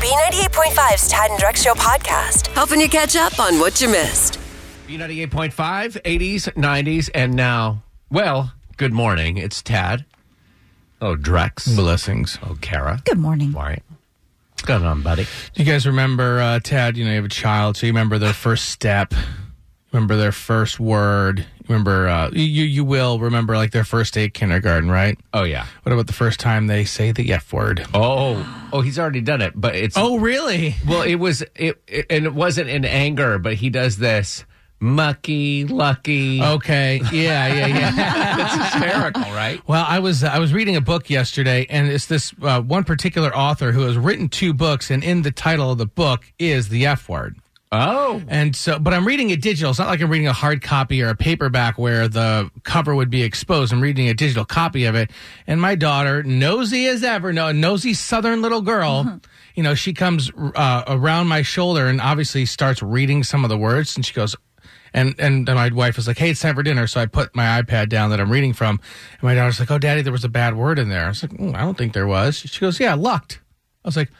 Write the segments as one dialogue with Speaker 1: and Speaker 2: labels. Speaker 1: B98.5's Tad and Drex Show podcast, helping you catch up on what you missed.
Speaker 2: B98.5, 80s, 90s, and now, well, good morning. It's Tad. Oh, Drex.
Speaker 3: Blessings.
Speaker 2: Oh, Kara.
Speaker 4: Good morning.
Speaker 2: All right. What's going on, buddy?
Speaker 3: Do you guys remember, uh, Tad? You know, you have a child, so you remember their first step, remember their first word, you remember, uh, you, you will remember like their first day at kindergarten, right? Uh,
Speaker 2: Oh, yeah.
Speaker 3: What about the first time they say the F word?
Speaker 2: Oh, oh, he's already done it, but it's.
Speaker 3: Oh, really?
Speaker 2: Well, it was, it, it- and it wasn't in anger, but he does this mucky, lucky.
Speaker 3: Oh, Okay. Yeah, yeah, yeah.
Speaker 2: that's hysterical, right?
Speaker 3: well, I was I was reading a book yesterday, and it's this uh, one particular author who has written two books, and in the title of the book is the F word.
Speaker 2: Oh.
Speaker 3: And so, but I'm reading it digital. It's not like I'm reading a hard copy or a paperback where the cover would be exposed. I'm reading a digital copy of it. And my daughter, nosy as ever, no, nosy southern little girl, you know, she comes uh, around my shoulder and obviously starts reading some of the words. And she goes, and, and then my wife was like, hey, it's time for dinner. So I put my iPad down that I'm reading from. And my daughter's like, oh, daddy, there was a bad word in there. I was like, "Mm, I don't think there was. She goes, yeah, lucked. I was like,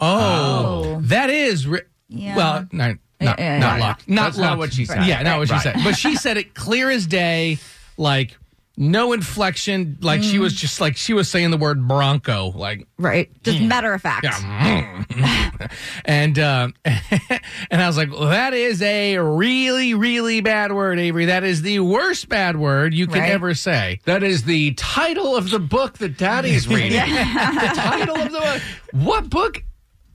Speaker 3: oh, that is. Re-
Speaker 4: Yeah.
Speaker 3: Well, no, not,
Speaker 4: yeah,
Speaker 3: not
Speaker 2: yeah.
Speaker 3: locked. Not
Speaker 2: That's not
Speaker 3: locked.
Speaker 2: what she said.
Speaker 3: Yeah, not what
Speaker 2: Right.
Speaker 3: she said. But she said it clear as day, like no inflection. Like she was just like she was saying the word bronco, like
Speaker 4: Right. Just
Speaker 3: Mm.
Speaker 4: matter of fact.
Speaker 3: and uh, and I was like, well, that is a really really bad word, Avery. That is the worst bad word you can
Speaker 4: Right.
Speaker 3: ever say.
Speaker 2: That is the title of the book that Daddy's reading. the title of the book. What book?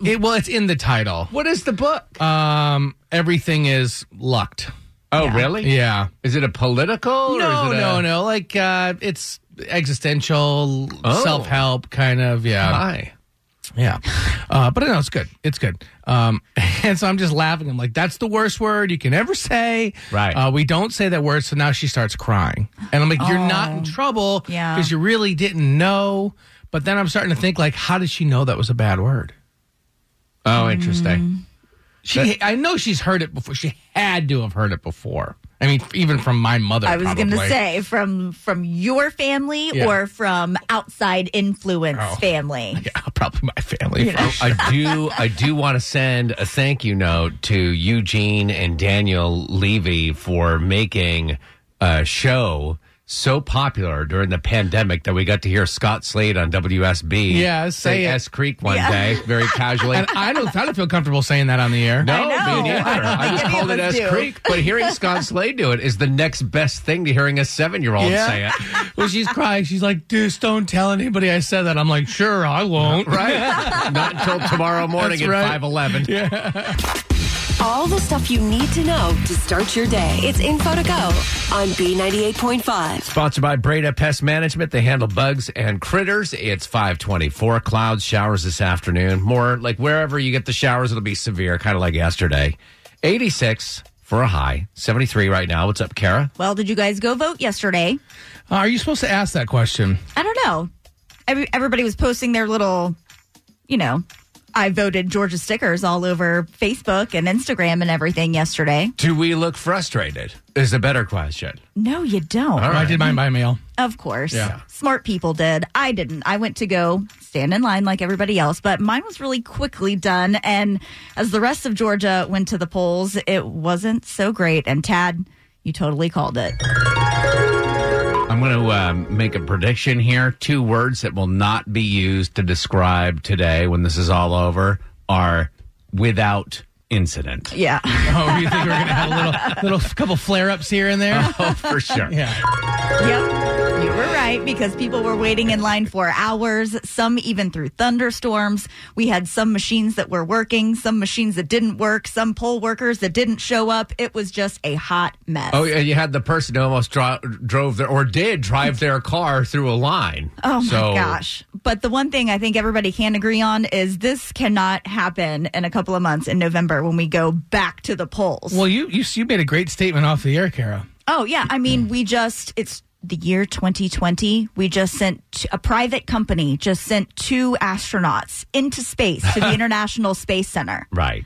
Speaker 3: It, well, it's in the title.
Speaker 2: What is the book?
Speaker 3: Um, everything is lucked.
Speaker 2: oh, really?
Speaker 3: Yeah.
Speaker 2: Is it a political?
Speaker 3: No,
Speaker 2: or is it
Speaker 3: no,
Speaker 2: a-
Speaker 3: no. Like uh, it's existential,
Speaker 2: Oh.
Speaker 3: self help kind of. Yeah.
Speaker 2: Hi.
Speaker 3: Yeah. Uh, but no, it's good. It's good. Um, and so I'm just laughing. I'm like, that's the worst word you can ever say.
Speaker 2: Right.
Speaker 3: Uh, we don't say that word. So now she starts crying. And I'm like, you're not in trouble
Speaker 4: Oh. Yeah.
Speaker 3: because you really didn't know. But then I'm starting to think, like, how did she know that was a bad word?
Speaker 2: Oh,
Speaker 3: Mm-hmm.
Speaker 2: interesting.
Speaker 3: She, I know she's heard it before. She had to have heard it before. I mean, even from my mother.
Speaker 4: I was going to
Speaker 3: probably.
Speaker 4: say from from your family
Speaker 3: Yeah. Oh.
Speaker 4: or from outside influence family.
Speaker 3: Yeah, probably my family.
Speaker 4: You know.
Speaker 3: first.
Speaker 2: I do. I do want to send a thank you note to Eugene and Daniel Levy for making a show so popular during the pandemic that we got to hear Scott Slade on WSB.
Speaker 3: Yeah, say it.
Speaker 2: S Creek one
Speaker 4: Yeah.
Speaker 2: day, very casually.
Speaker 3: And I don't. I don't feel comfortable saying that on the air.
Speaker 2: No,
Speaker 4: I know.
Speaker 2: me neither.
Speaker 4: I don't
Speaker 2: I,
Speaker 4: think
Speaker 2: just
Speaker 4: any
Speaker 2: called
Speaker 4: of
Speaker 2: it
Speaker 4: us
Speaker 2: S
Speaker 4: do.
Speaker 2: Creek, but hearing Scott Slade do it is the next best thing to hearing a seven-year-old
Speaker 3: Yeah.
Speaker 2: say it.
Speaker 3: Well, she's crying. She's like, "Deuce, don't tell anybody I said that." I'm like, "Sure, I won't."
Speaker 2: Right? Not until tomorrow morning
Speaker 3: That's
Speaker 2: at
Speaker 3: right.
Speaker 2: five eleven.
Speaker 1: All the stuff you need to know to start your day. It's info to go on B98.5.
Speaker 2: Sponsored by Breda Pest Management. They handle bugs and critters. It's 524. Clouds, showers this afternoon. More like wherever you get the showers, it'll be severe, kind of like yesterday. 86 for a high, 73 right now. What's up, Kara?
Speaker 4: Well, did you guys go vote yesterday?
Speaker 3: Uh, are you supposed to ask that question?
Speaker 4: I don't know. Every, everybody was posting their little, you know, I voted Georgia stickers all over Facebook and Instagram and everything yesterday.
Speaker 2: Do we look frustrated? Is a better question.
Speaker 4: No, you don't.
Speaker 3: Or I did mine by mail.
Speaker 4: Of course.
Speaker 3: Yeah.
Speaker 4: Smart people did. I didn't. I went to go stand in line like everybody else, but mine was really quickly done. And as the rest of Georgia went to the polls, it wasn't so great. And Tad, you totally called it.
Speaker 2: I'm going to um, make a prediction here. Two words that will not be used to describe today when this is all over are without incident.
Speaker 4: Yeah.
Speaker 3: Oh, you think we're gonna have a little, little couple flare-ups here and there?
Speaker 2: Oh, for sure.
Speaker 3: Yeah.
Speaker 4: yep. You were right because people were waiting in line for hours, some even through thunderstorms. We had some machines that were working, some machines that didn't work, some poll workers that didn't show up. It was just a hot mess.
Speaker 2: Oh, and you had the person who almost dro- drove their or did drive their car through a line.
Speaker 4: Oh my
Speaker 2: So,
Speaker 4: gosh. But the one thing I think everybody can agree on is this cannot happen in a couple of months in November when we go back to the polls.
Speaker 3: Well, you you you made a great statement off the air, Kara.
Speaker 4: oh, yeah. I mean, we just, it's the year 2020. We just sent t- a private company, just sent two astronauts into space to the International Space Center.
Speaker 2: Right.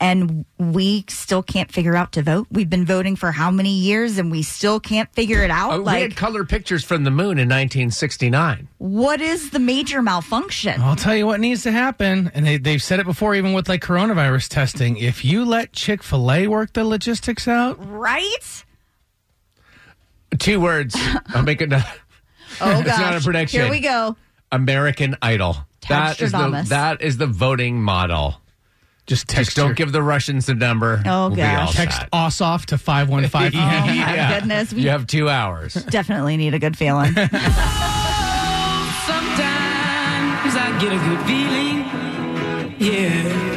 Speaker 4: and we still can't figure out to vote. We've been voting for how many years and we still can't figure it out.
Speaker 2: Oh, we had
Speaker 4: like,
Speaker 2: color pictures from the moon in 1969.
Speaker 4: what is the major malfunction?
Speaker 3: I'll tell you what needs to happen, and they, they've said it before, even with like coronavirus testing. If you let Chick Fil A work the logistics out,
Speaker 4: Right?
Speaker 2: Two words. I'll make it
Speaker 4: Oh, gosh.
Speaker 2: It's not a prediction.
Speaker 4: Here we go.
Speaker 2: American Idol. That is the
Speaker 4: Stradamus.
Speaker 2: that is the voting model.
Speaker 3: just text.
Speaker 2: Just don't
Speaker 3: your-
Speaker 2: give the Russians the number.
Speaker 4: Oh,
Speaker 2: We'll be
Speaker 4: gosh.
Speaker 2: all
Speaker 3: text
Speaker 2: set.
Speaker 3: us off to five one five.
Speaker 4: Oh, my goodness. We
Speaker 2: You have two hours.
Speaker 4: definitely need a good feeling.
Speaker 5: Sometimes I get a good feeling. Yeah.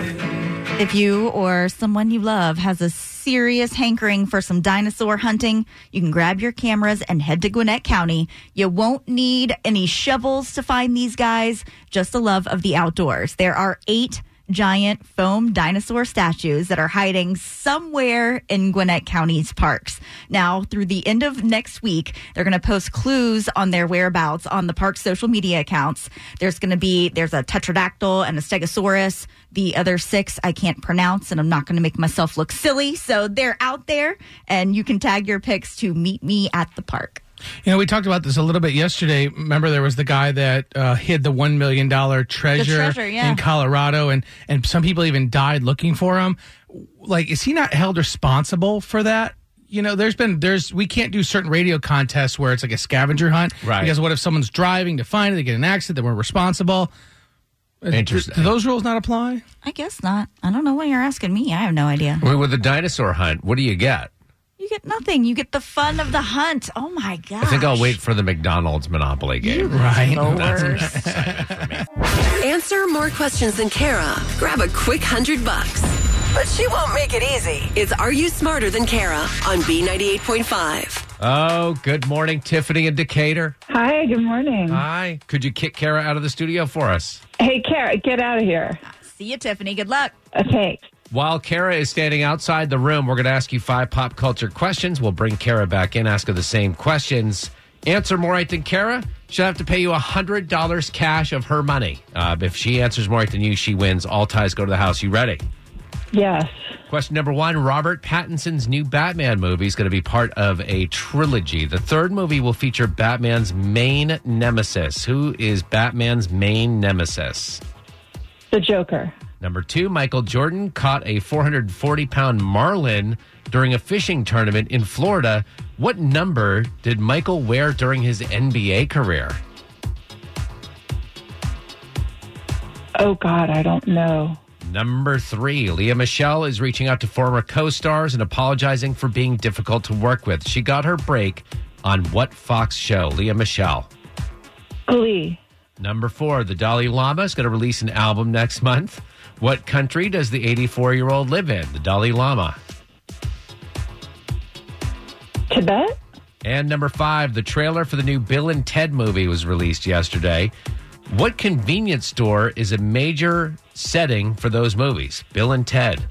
Speaker 4: If you or someone you love has a serious hankering for some dinosaur hunting, you can grab your cameras and head to Gwinnett County. You won't need any shovels to find these guys, just the love of the outdoors. There are eight giant foam dinosaur statues that are hiding somewhere in Gwinnett County's parks. Now, through the end of next week, they're going to post clues on their whereabouts on the park's social media accounts. There's going to be there's a tetradactyl and a stegosaurus. The other six I can't pronounce, and I'm not going to make myself look silly. So they're out there, and you can tag your pics to meet me at the park.
Speaker 3: You know, we talked about this a little bit yesterday. Remember, there was the guy that uh, hid the one million dollar treasure,
Speaker 4: treasure, yeah.
Speaker 3: in Colorado, and and some people even died looking for him. Like, is he not held responsible for that? You know, there's been there's we can't do certain radio contests where it's like a scavenger hunt,
Speaker 2: Right.
Speaker 3: Because what if someone's driving to find it, they get in an accident, they weren't responsible. Uh,
Speaker 2: Interesting.
Speaker 3: Do, do those rules not apply?
Speaker 4: I guess not. I don't know why you're asking me. I have no idea.
Speaker 2: I mean, with the dinosaur hunt, what do you get?
Speaker 4: You get nothing. You get the fun of the hunt. Oh my god!
Speaker 2: I think I'll wait for the McDonald's Monopoly game.
Speaker 3: Right.
Speaker 1: Answer more questions than Kara. Grab a quick hundred bucks. But she won't make it easy. It's Are You Smarter Than Kara on B98.5.
Speaker 2: Oh, good morning, Tiffany and Decatur.
Speaker 6: Hi, good morning.
Speaker 2: Hi. Could you kick Kara out of the studio for us?
Speaker 6: Hey, Kara, get out of here. Uh,
Speaker 4: See you, Tiffany. Good luck.
Speaker 6: Okay.
Speaker 2: While Kara is standing outside the room, we're going to ask you five pop culture questions. We'll bring Kara back in, ask her the same questions. Answer more right than Kara, she'll have to pay you $100 cash of her money. Uh, if she answers more right than you, she wins. All ties go to the house. You ready?
Speaker 6: Yes.
Speaker 2: Question number one Robert Pattinson's new Batman movie is going to be part of a trilogy. The third movie will feature Batman's main nemesis. Who is Batman's main nemesis?
Speaker 6: The Joker.
Speaker 2: Number two, Michael Jordan caught a 440 pound marlin during a fishing tournament in Florida. What number did Michael wear during his NBA career?
Speaker 6: Oh, God, I don't know.
Speaker 2: Number three, Leah Michelle is reaching out to former co stars and apologizing for being difficult to work with. She got her break on what Fox show? Leah Michelle.
Speaker 6: Glee.
Speaker 2: Number four, the Dalai Lama is going to release an album next month. What country does the 84 year old live in? The Dalai Lama.
Speaker 6: Tibet?
Speaker 2: And number five, the trailer for the new Bill and Ted movie was released yesterday. What convenience store is a major setting for those movies? Bill and Ted.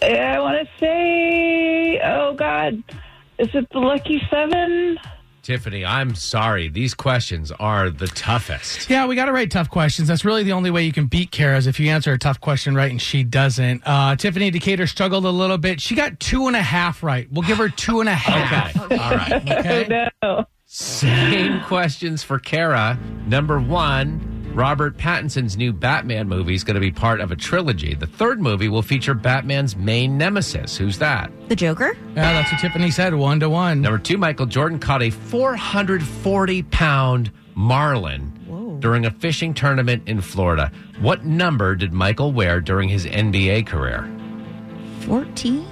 Speaker 6: Eh, I want to say, oh, God, is it the Lucky Seven?
Speaker 2: Tiffany, I'm sorry. These questions are the toughest.
Speaker 3: Yeah, we got to write tough questions. That's really the only way you can beat Kara is if you answer a tough question right and she doesn't. Uh, Tiffany Decatur struggled a little bit. She got two and a half right. We'll give her two and a half.
Speaker 2: Okay. All right.
Speaker 3: Okay.
Speaker 6: No.
Speaker 2: Same questions for Kara. Number one, Robert Pattinson's new Batman movie is going to be part of a trilogy. The third movie will feature Batman's main nemesis. Who's that?
Speaker 4: The Joker.
Speaker 3: Yeah, that's what Tiffany said. One to one.
Speaker 2: Number two, Michael Jordan caught a 440 pound marlin during a fishing tournament in Florida. What number did Michael wear during his NBA career?
Speaker 4: Fourteen.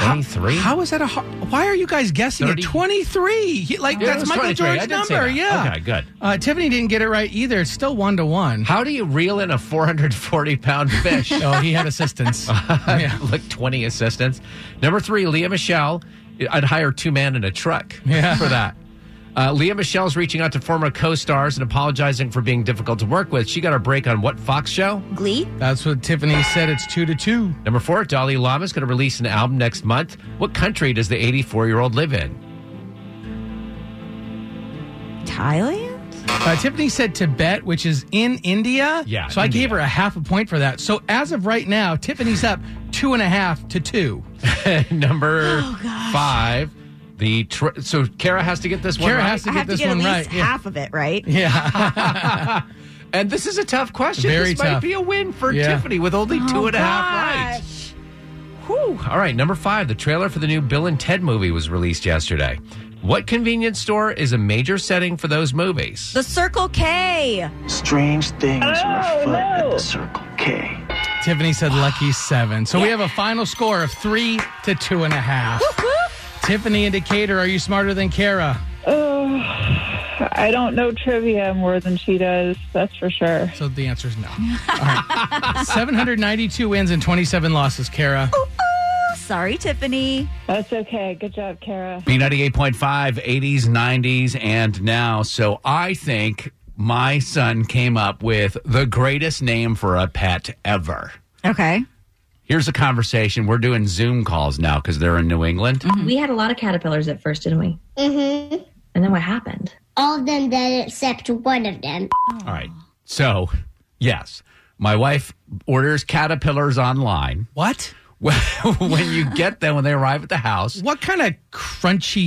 Speaker 2: 23?
Speaker 3: How is that a? har Why are you guys guessing
Speaker 2: Thirty.
Speaker 3: at twenty three? Like
Speaker 2: Yeah, it
Speaker 3: that's
Speaker 2: was
Speaker 3: Michael
Speaker 2: 23. I
Speaker 3: Jordan's
Speaker 2: did say
Speaker 3: number.
Speaker 2: that.
Speaker 3: Yeah.
Speaker 2: Okay, good.
Speaker 3: Uh, Tiffany didn't get it right either. It's still one to one.
Speaker 2: How do you reel in a 440 pound fish?
Speaker 3: Oh, he had assistance. yeah.
Speaker 2: Like 20 assistants. Number three, Leah Michelle. I'd hire two men in a truck
Speaker 3: Yeah.
Speaker 2: for that. Uh, Leah Michelle's reaching out to former co stars and apologizing for being difficult to work with. She got a break on what Fox show?
Speaker 4: Glee.
Speaker 3: That's what Tiffany said. It's two to two.
Speaker 2: Number four, Dalai Lama is going to release an album next month. What country does the 84 year old live in?
Speaker 4: Thailand.
Speaker 3: Uh, Tiffany said Tibet, which is in India.
Speaker 2: Yeah,
Speaker 3: So I
Speaker 2: India.
Speaker 3: gave her a half a point for that. So as of right now, Tiffany's up two and a half to two.
Speaker 2: Number five. The tr- so Kara has to get this one
Speaker 3: Kara
Speaker 2: right.
Speaker 3: has to
Speaker 4: I
Speaker 3: get
Speaker 4: have to
Speaker 3: this
Speaker 4: get at
Speaker 3: one
Speaker 4: least
Speaker 3: right. Yeah.
Speaker 4: half of it right.
Speaker 2: and this is a tough question.
Speaker 3: Very
Speaker 2: this might
Speaker 3: tough.
Speaker 2: be a win for
Speaker 3: Yeah.
Speaker 2: Tiffany with only two and a half
Speaker 4: Oh, gosh.
Speaker 2: rights. Whew. All right, number five. The trailer for the new Bill and Ted movie was released yesterday. What convenience store is a major setting for those movies?
Speaker 4: The Circle K.
Speaker 7: Strange things
Speaker 6: Oh,
Speaker 7: were afoot at
Speaker 6: no.
Speaker 7: the Circle K.
Speaker 3: Tiffany said lucky seven. So we have a final score of three to two and a half. Tiffany indicator, are you smarter than Kara?
Speaker 6: Oh, I don't know trivia more than she does. That's for sure.
Speaker 3: So the answer is no. All right. 792 wins and 27 losses, Kara.
Speaker 4: Sorry, Tiffany.
Speaker 6: That's okay. Good job, Kara.
Speaker 2: B98.5, 80s, 90s, and now. So I think my son came up with the greatest name for a pet ever.
Speaker 4: Okay.
Speaker 2: Here's a conversation. We're doing Zoom calls now because they're in New England.
Speaker 8: We had a lot of caterpillars at first, didn't we? Mm-hmm. And then what happened?
Speaker 9: All of them dead except one of them.
Speaker 2: All right. So, yes, my wife orders caterpillars online.
Speaker 3: What?
Speaker 2: Well, when you get them, when they arrive at the house,
Speaker 3: What kind of crunchy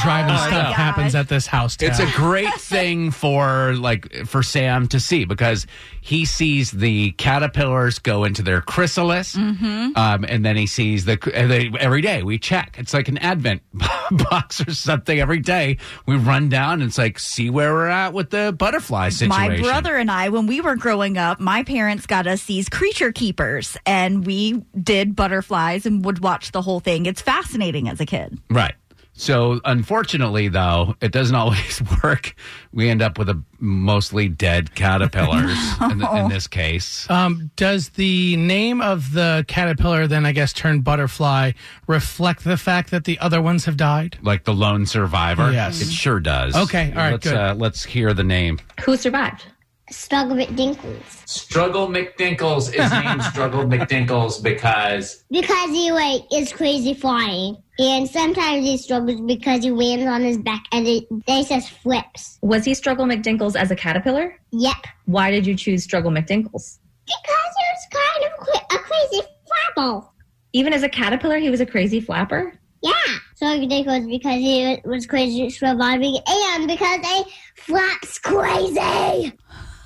Speaker 3: driving stuff happens at this house?
Speaker 2: it's a
Speaker 3: town?
Speaker 2: great thing for like for Sam to see because he sees the caterpillars go into their chrysalis,
Speaker 4: Mm-hmm.
Speaker 2: um, and then he sees the and they, every day we check. It's like an advent box or something. Every day we run down and it's like see where we're at with the butterfly situation.
Speaker 4: My brother and I, when we were growing up, my parents got us these creature keepers, and we did butterflies and would watch the whole thing. It's fascinating as a kid.
Speaker 2: Right. So, unfortunately, though, it doesn't always work. We end up with a mostly dead caterpillars in, th- in this case.
Speaker 3: Um, does the name of the caterpillar, then I guess turned butterfly, reflect the fact that the other ones have died?
Speaker 2: Like the lone survivor.
Speaker 3: Yes.
Speaker 2: It sure does.
Speaker 3: Okay, all right,
Speaker 2: Let's,
Speaker 3: good.
Speaker 2: Uh, let's hear the name.
Speaker 8: Who survived?
Speaker 9: Struggle with dinkles.
Speaker 2: Struggle McDinkles is named Struggle McDinkles because.
Speaker 9: Because he like is crazy flying. And sometimes he struggles because he lands on his back and it, they just flips.
Speaker 8: Was he Struggle McDinkles as a caterpillar?
Speaker 9: Yep.
Speaker 8: Why did you choose Struggle McDinkles?
Speaker 9: Because he was kind of cra- a crazy flapple.
Speaker 8: Even as a caterpillar, he was a crazy flapper?
Speaker 9: Yeah. Struggle dinkles because he was crazy surviving and because they flaps crazy.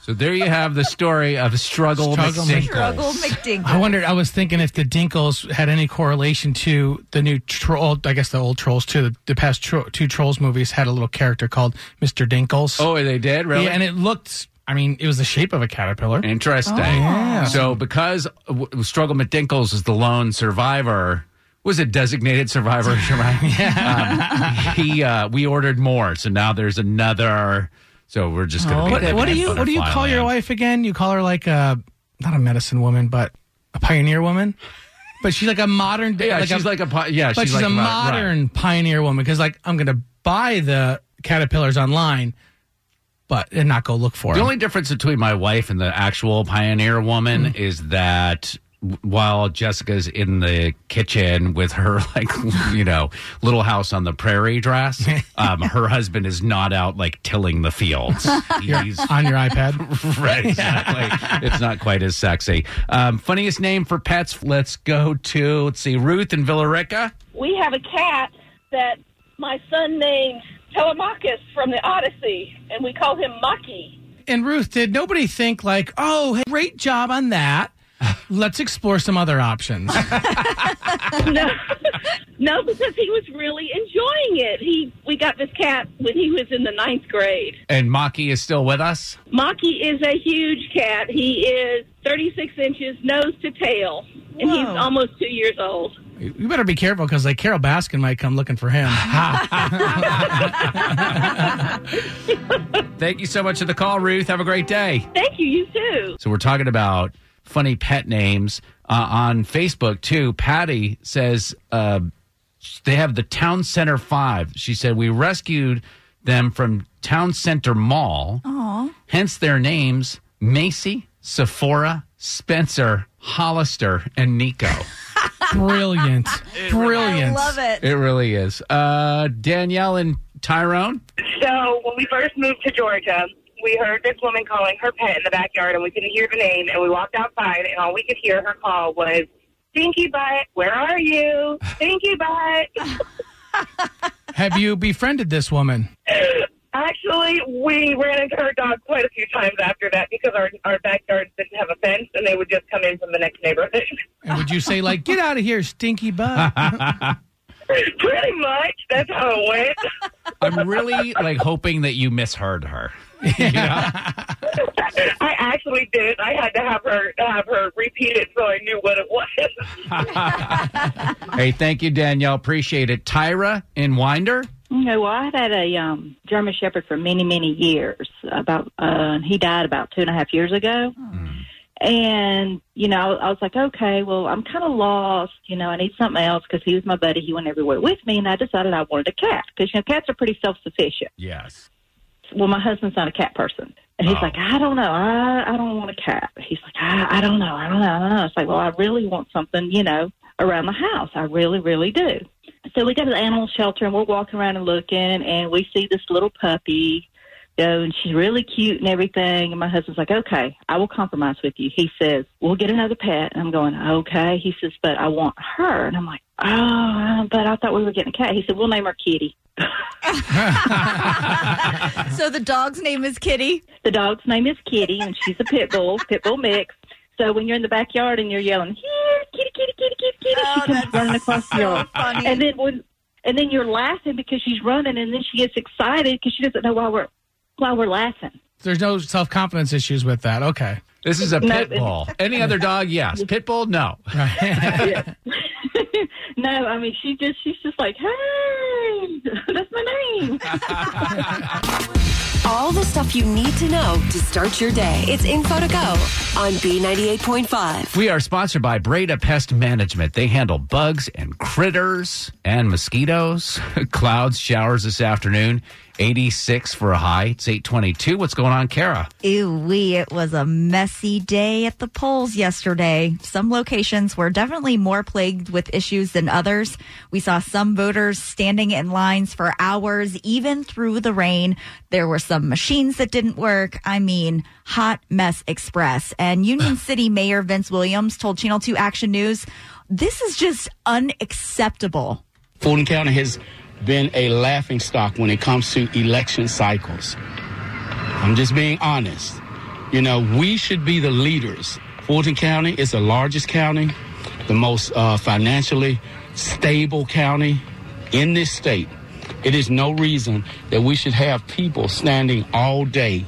Speaker 2: So, there you have the story of Struggle,
Speaker 3: Struggle
Speaker 2: McDinkles.
Speaker 4: Struggle McDinkle.
Speaker 3: I wondered. I was thinking if the Dinkles had any correlation to the new troll. I guess the old trolls too. The past tro- two trolls movies had a little character called Mister Dinkles.
Speaker 2: Oh, they did? Really?
Speaker 3: yeah, and it Oh, looked. I mean, it was the shape of a caterpillar.
Speaker 2: Interesting. So because w- Struggle McDinkles is the lone survivor, was a designated survivor, right? yeah. Um, he, uh, we ordered more, so now there's another. So we're just going to.
Speaker 3: Oh, What, what do you What do you call your wife again? You call her like a not a medicine woman, but a pioneer woman. But she's like a modern day.
Speaker 2: Yeah,
Speaker 3: like
Speaker 2: she's
Speaker 3: a,
Speaker 2: like a pi- yeah,
Speaker 3: but
Speaker 2: she's,
Speaker 3: she's,
Speaker 2: like
Speaker 3: a
Speaker 2: mo- right.
Speaker 3: modern pioneer woman because like I'm gonna buy the caterpillars online, but and not go look for
Speaker 2: The
Speaker 3: them.
Speaker 2: only difference between my wife and the actual pioneer woman is that w- while Jessica's in the kitchen with her like you know little house on the prairie dress, um, her husband is not out like tilling the fields. He's
Speaker 3: on your iPad.
Speaker 2: right, exactly. it's not quite as sexy. Um, funniest name for pets. Let's go to let's see, Ruth and Villarica.
Speaker 6: We have a cat that my son named Telemachus from the Odyssey, and we call him Maki.
Speaker 3: And Ruth, did nobody think like, oh, hey, great job on that? Let's explore some other options.
Speaker 6: No, no, because he was really enjoying it. He we got this cat when he was in the ninth grade.
Speaker 2: And Maki is still with us.
Speaker 6: Maki is a huge cat. He is 36 inches nose to tail, and he's
Speaker 4: Whoa.
Speaker 6: almost two years old.
Speaker 3: you better be careful because like Carol Baskin might come looking for him.
Speaker 2: Thank you so much for the call, Ruth. Have a great day.
Speaker 6: Thank you. You too.
Speaker 2: So we're talking about funny pet names uh, on Facebook too. Patty says uh, they have the Town Center Five. She said we rescued them from Town Center Mall. Hence their names: Macy, Sephora, Spencer, Hollister, and Nico.
Speaker 3: Brilliant. Brilliant.
Speaker 4: I love it.
Speaker 2: it really is. Uh, Danielle and Tyrone?
Speaker 10: So when we first moved to Georgia, we heard this woman calling her pet in the backyard, and we couldn't hear the name. And we walked outside, and all we could hear her call was "Stinky Butt, where are you? Stinky Butt."
Speaker 11: Have you befriended this woman?
Speaker 10: Actually, we ran into her dog quite a few times after that because our our backyard didn't have a fence, and they would just come in from the next neighborhood.
Speaker 11: And would you say like, "Get out of here, stinky butt"?
Speaker 10: Pretty much, that's how it went.
Speaker 2: I'm really like hoping that you misheard her. You know?
Speaker 10: I actually did. I had to have her have her repeat it so I knew what it was.
Speaker 2: Hey, thank you, Danielle. Appreciate it. Tyra in Winder.
Speaker 6: You know, well, I've had a um, German Shepherd for many, many years. About uh, he died about two and a half years ago, and you know, I was like, okay, well, I'm kind of lost. You know, I need something else because he was my buddy. He went everywhere with me, and I decided I wanted a cat because you know cats are pretty self sufficient.
Speaker 2: Yes.
Speaker 6: Well, my husband's not a cat person, and he's
Speaker 2: Oh.
Speaker 6: like, I don't know, I I don't want a cat. He's like, I, I don't know, I don't know, I don't know. It's like, well, I really want something, you know, around the house. I really, really do. So we go to the animal shelter and we're walking around and looking, and we see this little puppy. You know, and she's really cute and everything. And my husband's like, okay, I will compromise with you. He says, we'll get another pet. And I'm going, okay. He says, but I want her. And I'm like, oh, but I thought we were getting a cat. He said, we'll name her Kitty.
Speaker 4: So the dog's name is Kitty.
Speaker 6: The dog's name is Kitty, and she's a pit bull, pit bull mix. So when you're in the backyard and you're yelling, "Here, kitty, kitty, kitty, kitty, kitty,"
Speaker 4: Oh,
Speaker 6: she
Speaker 4: that's
Speaker 6: comes running across the
Speaker 4: So
Speaker 6: yard,
Speaker 4: funny.
Speaker 6: and then when, and then you're laughing because she's running, and then she gets excited because she doesn't know why we're why we're laughing.
Speaker 11: There's no self confidence issues with that. Okay.
Speaker 2: This is a
Speaker 6: No,
Speaker 2: pit bull. Any other dog? Yes. Pit bull? No.
Speaker 6: no, I mean she just she's just like, "Hey, that's my name."
Speaker 1: All the stuff you need to know to start your day. It's info to go on B98.5.
Speaker 2: We are sponsored by Breda Pest Management. They handle bugs and critters and mosquitoes. Clouds, showers this afternoon. 86 for a high. It's 822. What's going on, Kara?
Speaker 4: Ew, wee, it was a messy day at the polls yesterday. Some locations were definitely more plagued with issues than others. We saw some voters standing in lines for hours, even through the rain. There were some machines that didn't work. I mean, hot mess express. And Union City Mayor Vince Williams told Channel 2 Action News, this is just unacceptable.
Speaker 3: Fulton County has been a laughing stock when it comes to election cycles. I'm just being honest. You know, we should be the leaders. Fulton County is the largest county, the most uh, financially stable county in this state. It is no reason that we should have people standing all day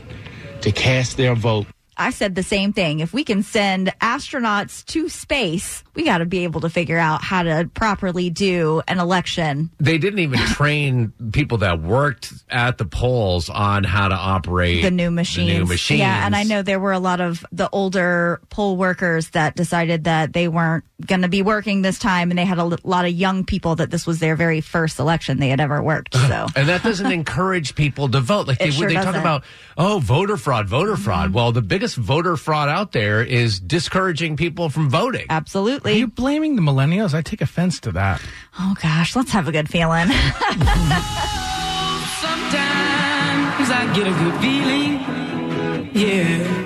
Speaker 3: to cast their vote.
Speaker 4: I said the same thing. If we can send astronauts to space, we got to be able to figure out how to properly do an election.
Speaker 2: They didn't even train people that worked at the polls on how to operate
Speaker 4: The new machines.
Speaker 2: The new machines.
Speaker 4: Yeah, and I know there were a lot of the older poll workers that decided that they weren't going to be working this time, and they had a l- lot of young people that this was their very first election they had ever worked. So.
Speaker 2: And that doesn't encourage people to vote. Like they,
Speaker 4: It sure
Speaker 2: they talk
Speaker 4: doesn't. Mm-hmm.
Speaker 2: about, oh, voter fraud, voter fraud. Well, the biggest voter fraud out there is discouraging people from voting.
Speaker 4: Um,
Speaker 11: Are
Speaker 4: Absolutely.
Speaker 11: you blaming the millennials? I take offense to that.
Speaker 4: oh gosh, let's have a good feeling.
Speaker 12: Sometimes I get a good feeling. Yeah.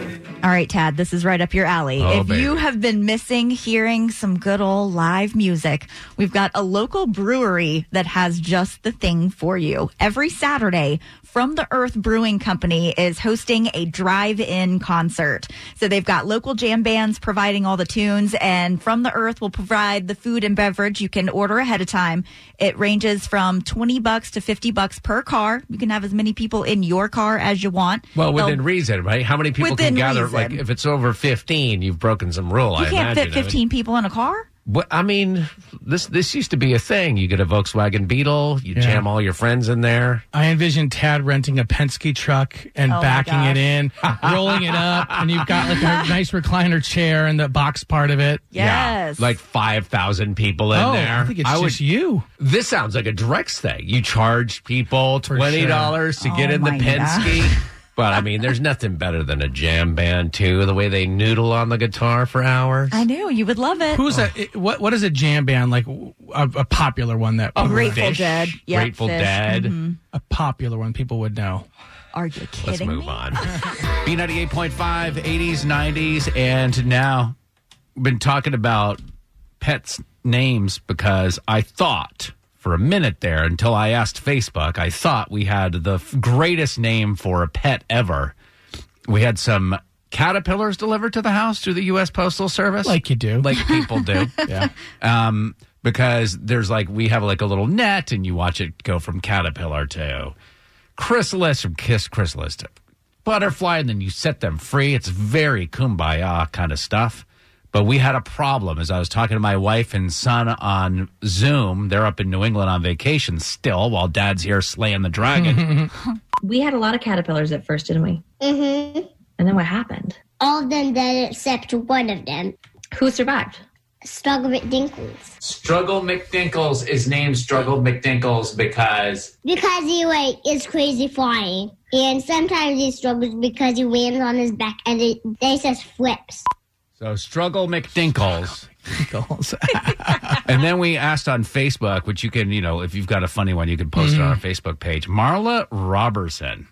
Speaker 4: All right, Tad, this is right up your alley.
Speaker 2: Oh,
Speaker 4: if
Speaker 2: baby.
Speaker 4: you have been missing hearing some good old live music, we've got a local brewery that has just the thing for you. Every Saturday, From the Earth Brewing Company is hosting a drive in concert. So they've got local jam bands providing all the tunes, and From the Earth will provide the food and beverage you can order ahead of time. It ranges from 20 bucks to 50 bucks per car. You can have as many people in your car as you want.
Speaker 2: Well,
Speaker 4: They'll-
Speaker 2: within reason, right? How many people can
Speaker 4: Within
Speaker 2: gather?
Speaker 4: reason.
Speaker 2: Like, if it's over fifteen, you've broken some rule.
Speaker 4: You
Speaker 2: I
Speaker 4: can't
Speaker 2: imagine.
Speaker 4: fit
Speaker 2: I mean-
Speaker 4: 15 people in a car?
Speaker 2: Well, I mean, this this used to be a thing. You get a Volkswagen Beetle, you jam all your friends in there.
Speaker 11: I envision Tad renting a Penske truck and
Speaker 4: Oh my
Speaker 11: backing
Speaker 4: gosh.
Speaker 11: it in, rolling it up, and you've got like a nice recliner chair and the box part of it.
Speaker 4: Yes.
Speaker 2: Yeah, like five thousand people in
Speaker 11: oh,
Speaker 2: there.
Speaker 11: I think it's
Speaker 2: would-
Speaker 11: just you.
Speaker 2: This sounds like a Drex thing. You charge people
Speaker 11: For
Speaker 2: twenty dollars to get
Speaker 4: Oh
Speaker 2: in the
Speaker 4: my
Speaker 2: Penske. But I mean, there's nothing better than a jam band too. The way they noodle on the guitar for hours.
Speaker 4: I knew you would love it.
Speaker 2: Oh.
Speaker 3: Who's a what? What is a jam band like? w- A, a popular one that
Speaker 4: Oh, Grateful Dead. Yeah,
Speaker 2: Grateful
Speaker 4: Fish.
Speaker 2: Dead.
Speaker 4: Mhm.
Speaker 3: a popular one people would know.
Speaker 4: Are you kidding
Speaker 2: Let's move
Speaker 4: me?
Speaker 2: on.
Speaker 13: B98.5, 80s, 90s, and now.
Speaker 2: Been talking about pets' names because I thought for a minute there until I asked Facebook, I thought we had the f- greatest name for a pet ever. We had some caterpillars delivered to the house through the U.S. Postal Service.
Speaker 3: Like you do.
Speaker 2: like people do.
Speaker 3: Yeah.
Speaker 2: Um, because there's like we have like a little net, and you watch it go from caterpillar to chrysalis, from kiss chrysalis to butterfly, and then you set them free. It's very kumbaya kind of stuff. But we had a problem as I was talking to my wife and son on Zoom. They're up in New England on vacation still, while Dad's here slaying the dragon.
Speaker 8: We had a lot of caterpillars at first, didn't we?
Speaker 9: Mm-hmm.
Speaker 8: And then what happened?
Speaker 9: All of them dead except one of them.
Speaker 8: Who survived?
Speaker 9: Struggle with Dinkles.
Speaker 2: Struggle McDinkles is named Struggle McDinkles because
Speaker 9: Because he like is crazy flying. And sometimes he struggles because he lands on his back and it, they just flips.
Speaker 2: So struggle McDinkles. and then we asked on Facebook, which you can, you know, if you've got a funny one, you can post it on our Facebook page. Marla Robertson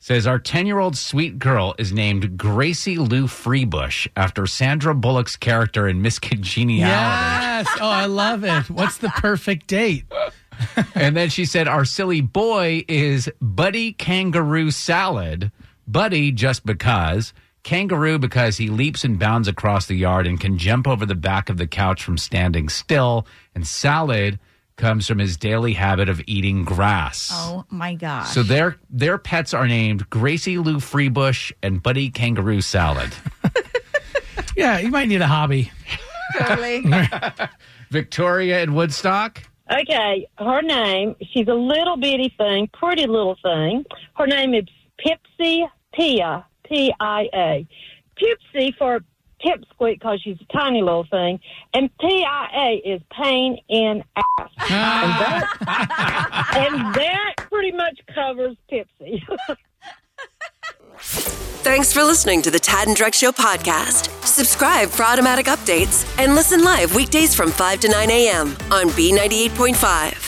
Speaker 2: says our 10-year-old sweet girl is named Gracie Lou Freebush after Sandra Bullock's character in Miss Congeniality.
Speaker 3: Yes. Oh, I love it. What's the perfect date?
Speaker 2: and then she said our silly boy is Buddy Kangaroo Salad. Buddy just because. Kangaroo because he leaps and bounds across the yard and can jump over the back of the couch from standing still. And salad comes from his daily habit of eating grass.
Speaker 4: Oh my gosh.
Speaker 2: So their their pets are named Gracie Lou Freebush and Buddy Kangaroo Salad.
Speaker 3: Yeah, you might need a hobby.
Speaker 4: totally.
Speaker 2: Victoria in Woodstock.
Speaker 14: Okay, her name, she's a little bitty thing, pretty little thing. Her name is Pipsy Pia, P I A. Pipsy for pipsqueak because she's a tiny little thing, and P I A is pain in ass. and, that, and that pretty much covers Pipsy.
Speaker 1: Thanks for listening to the Tad and Drex Show podcast. Subscribe for automatic updates and listen live weekdays from 5 to 9 a.m. on B98.5.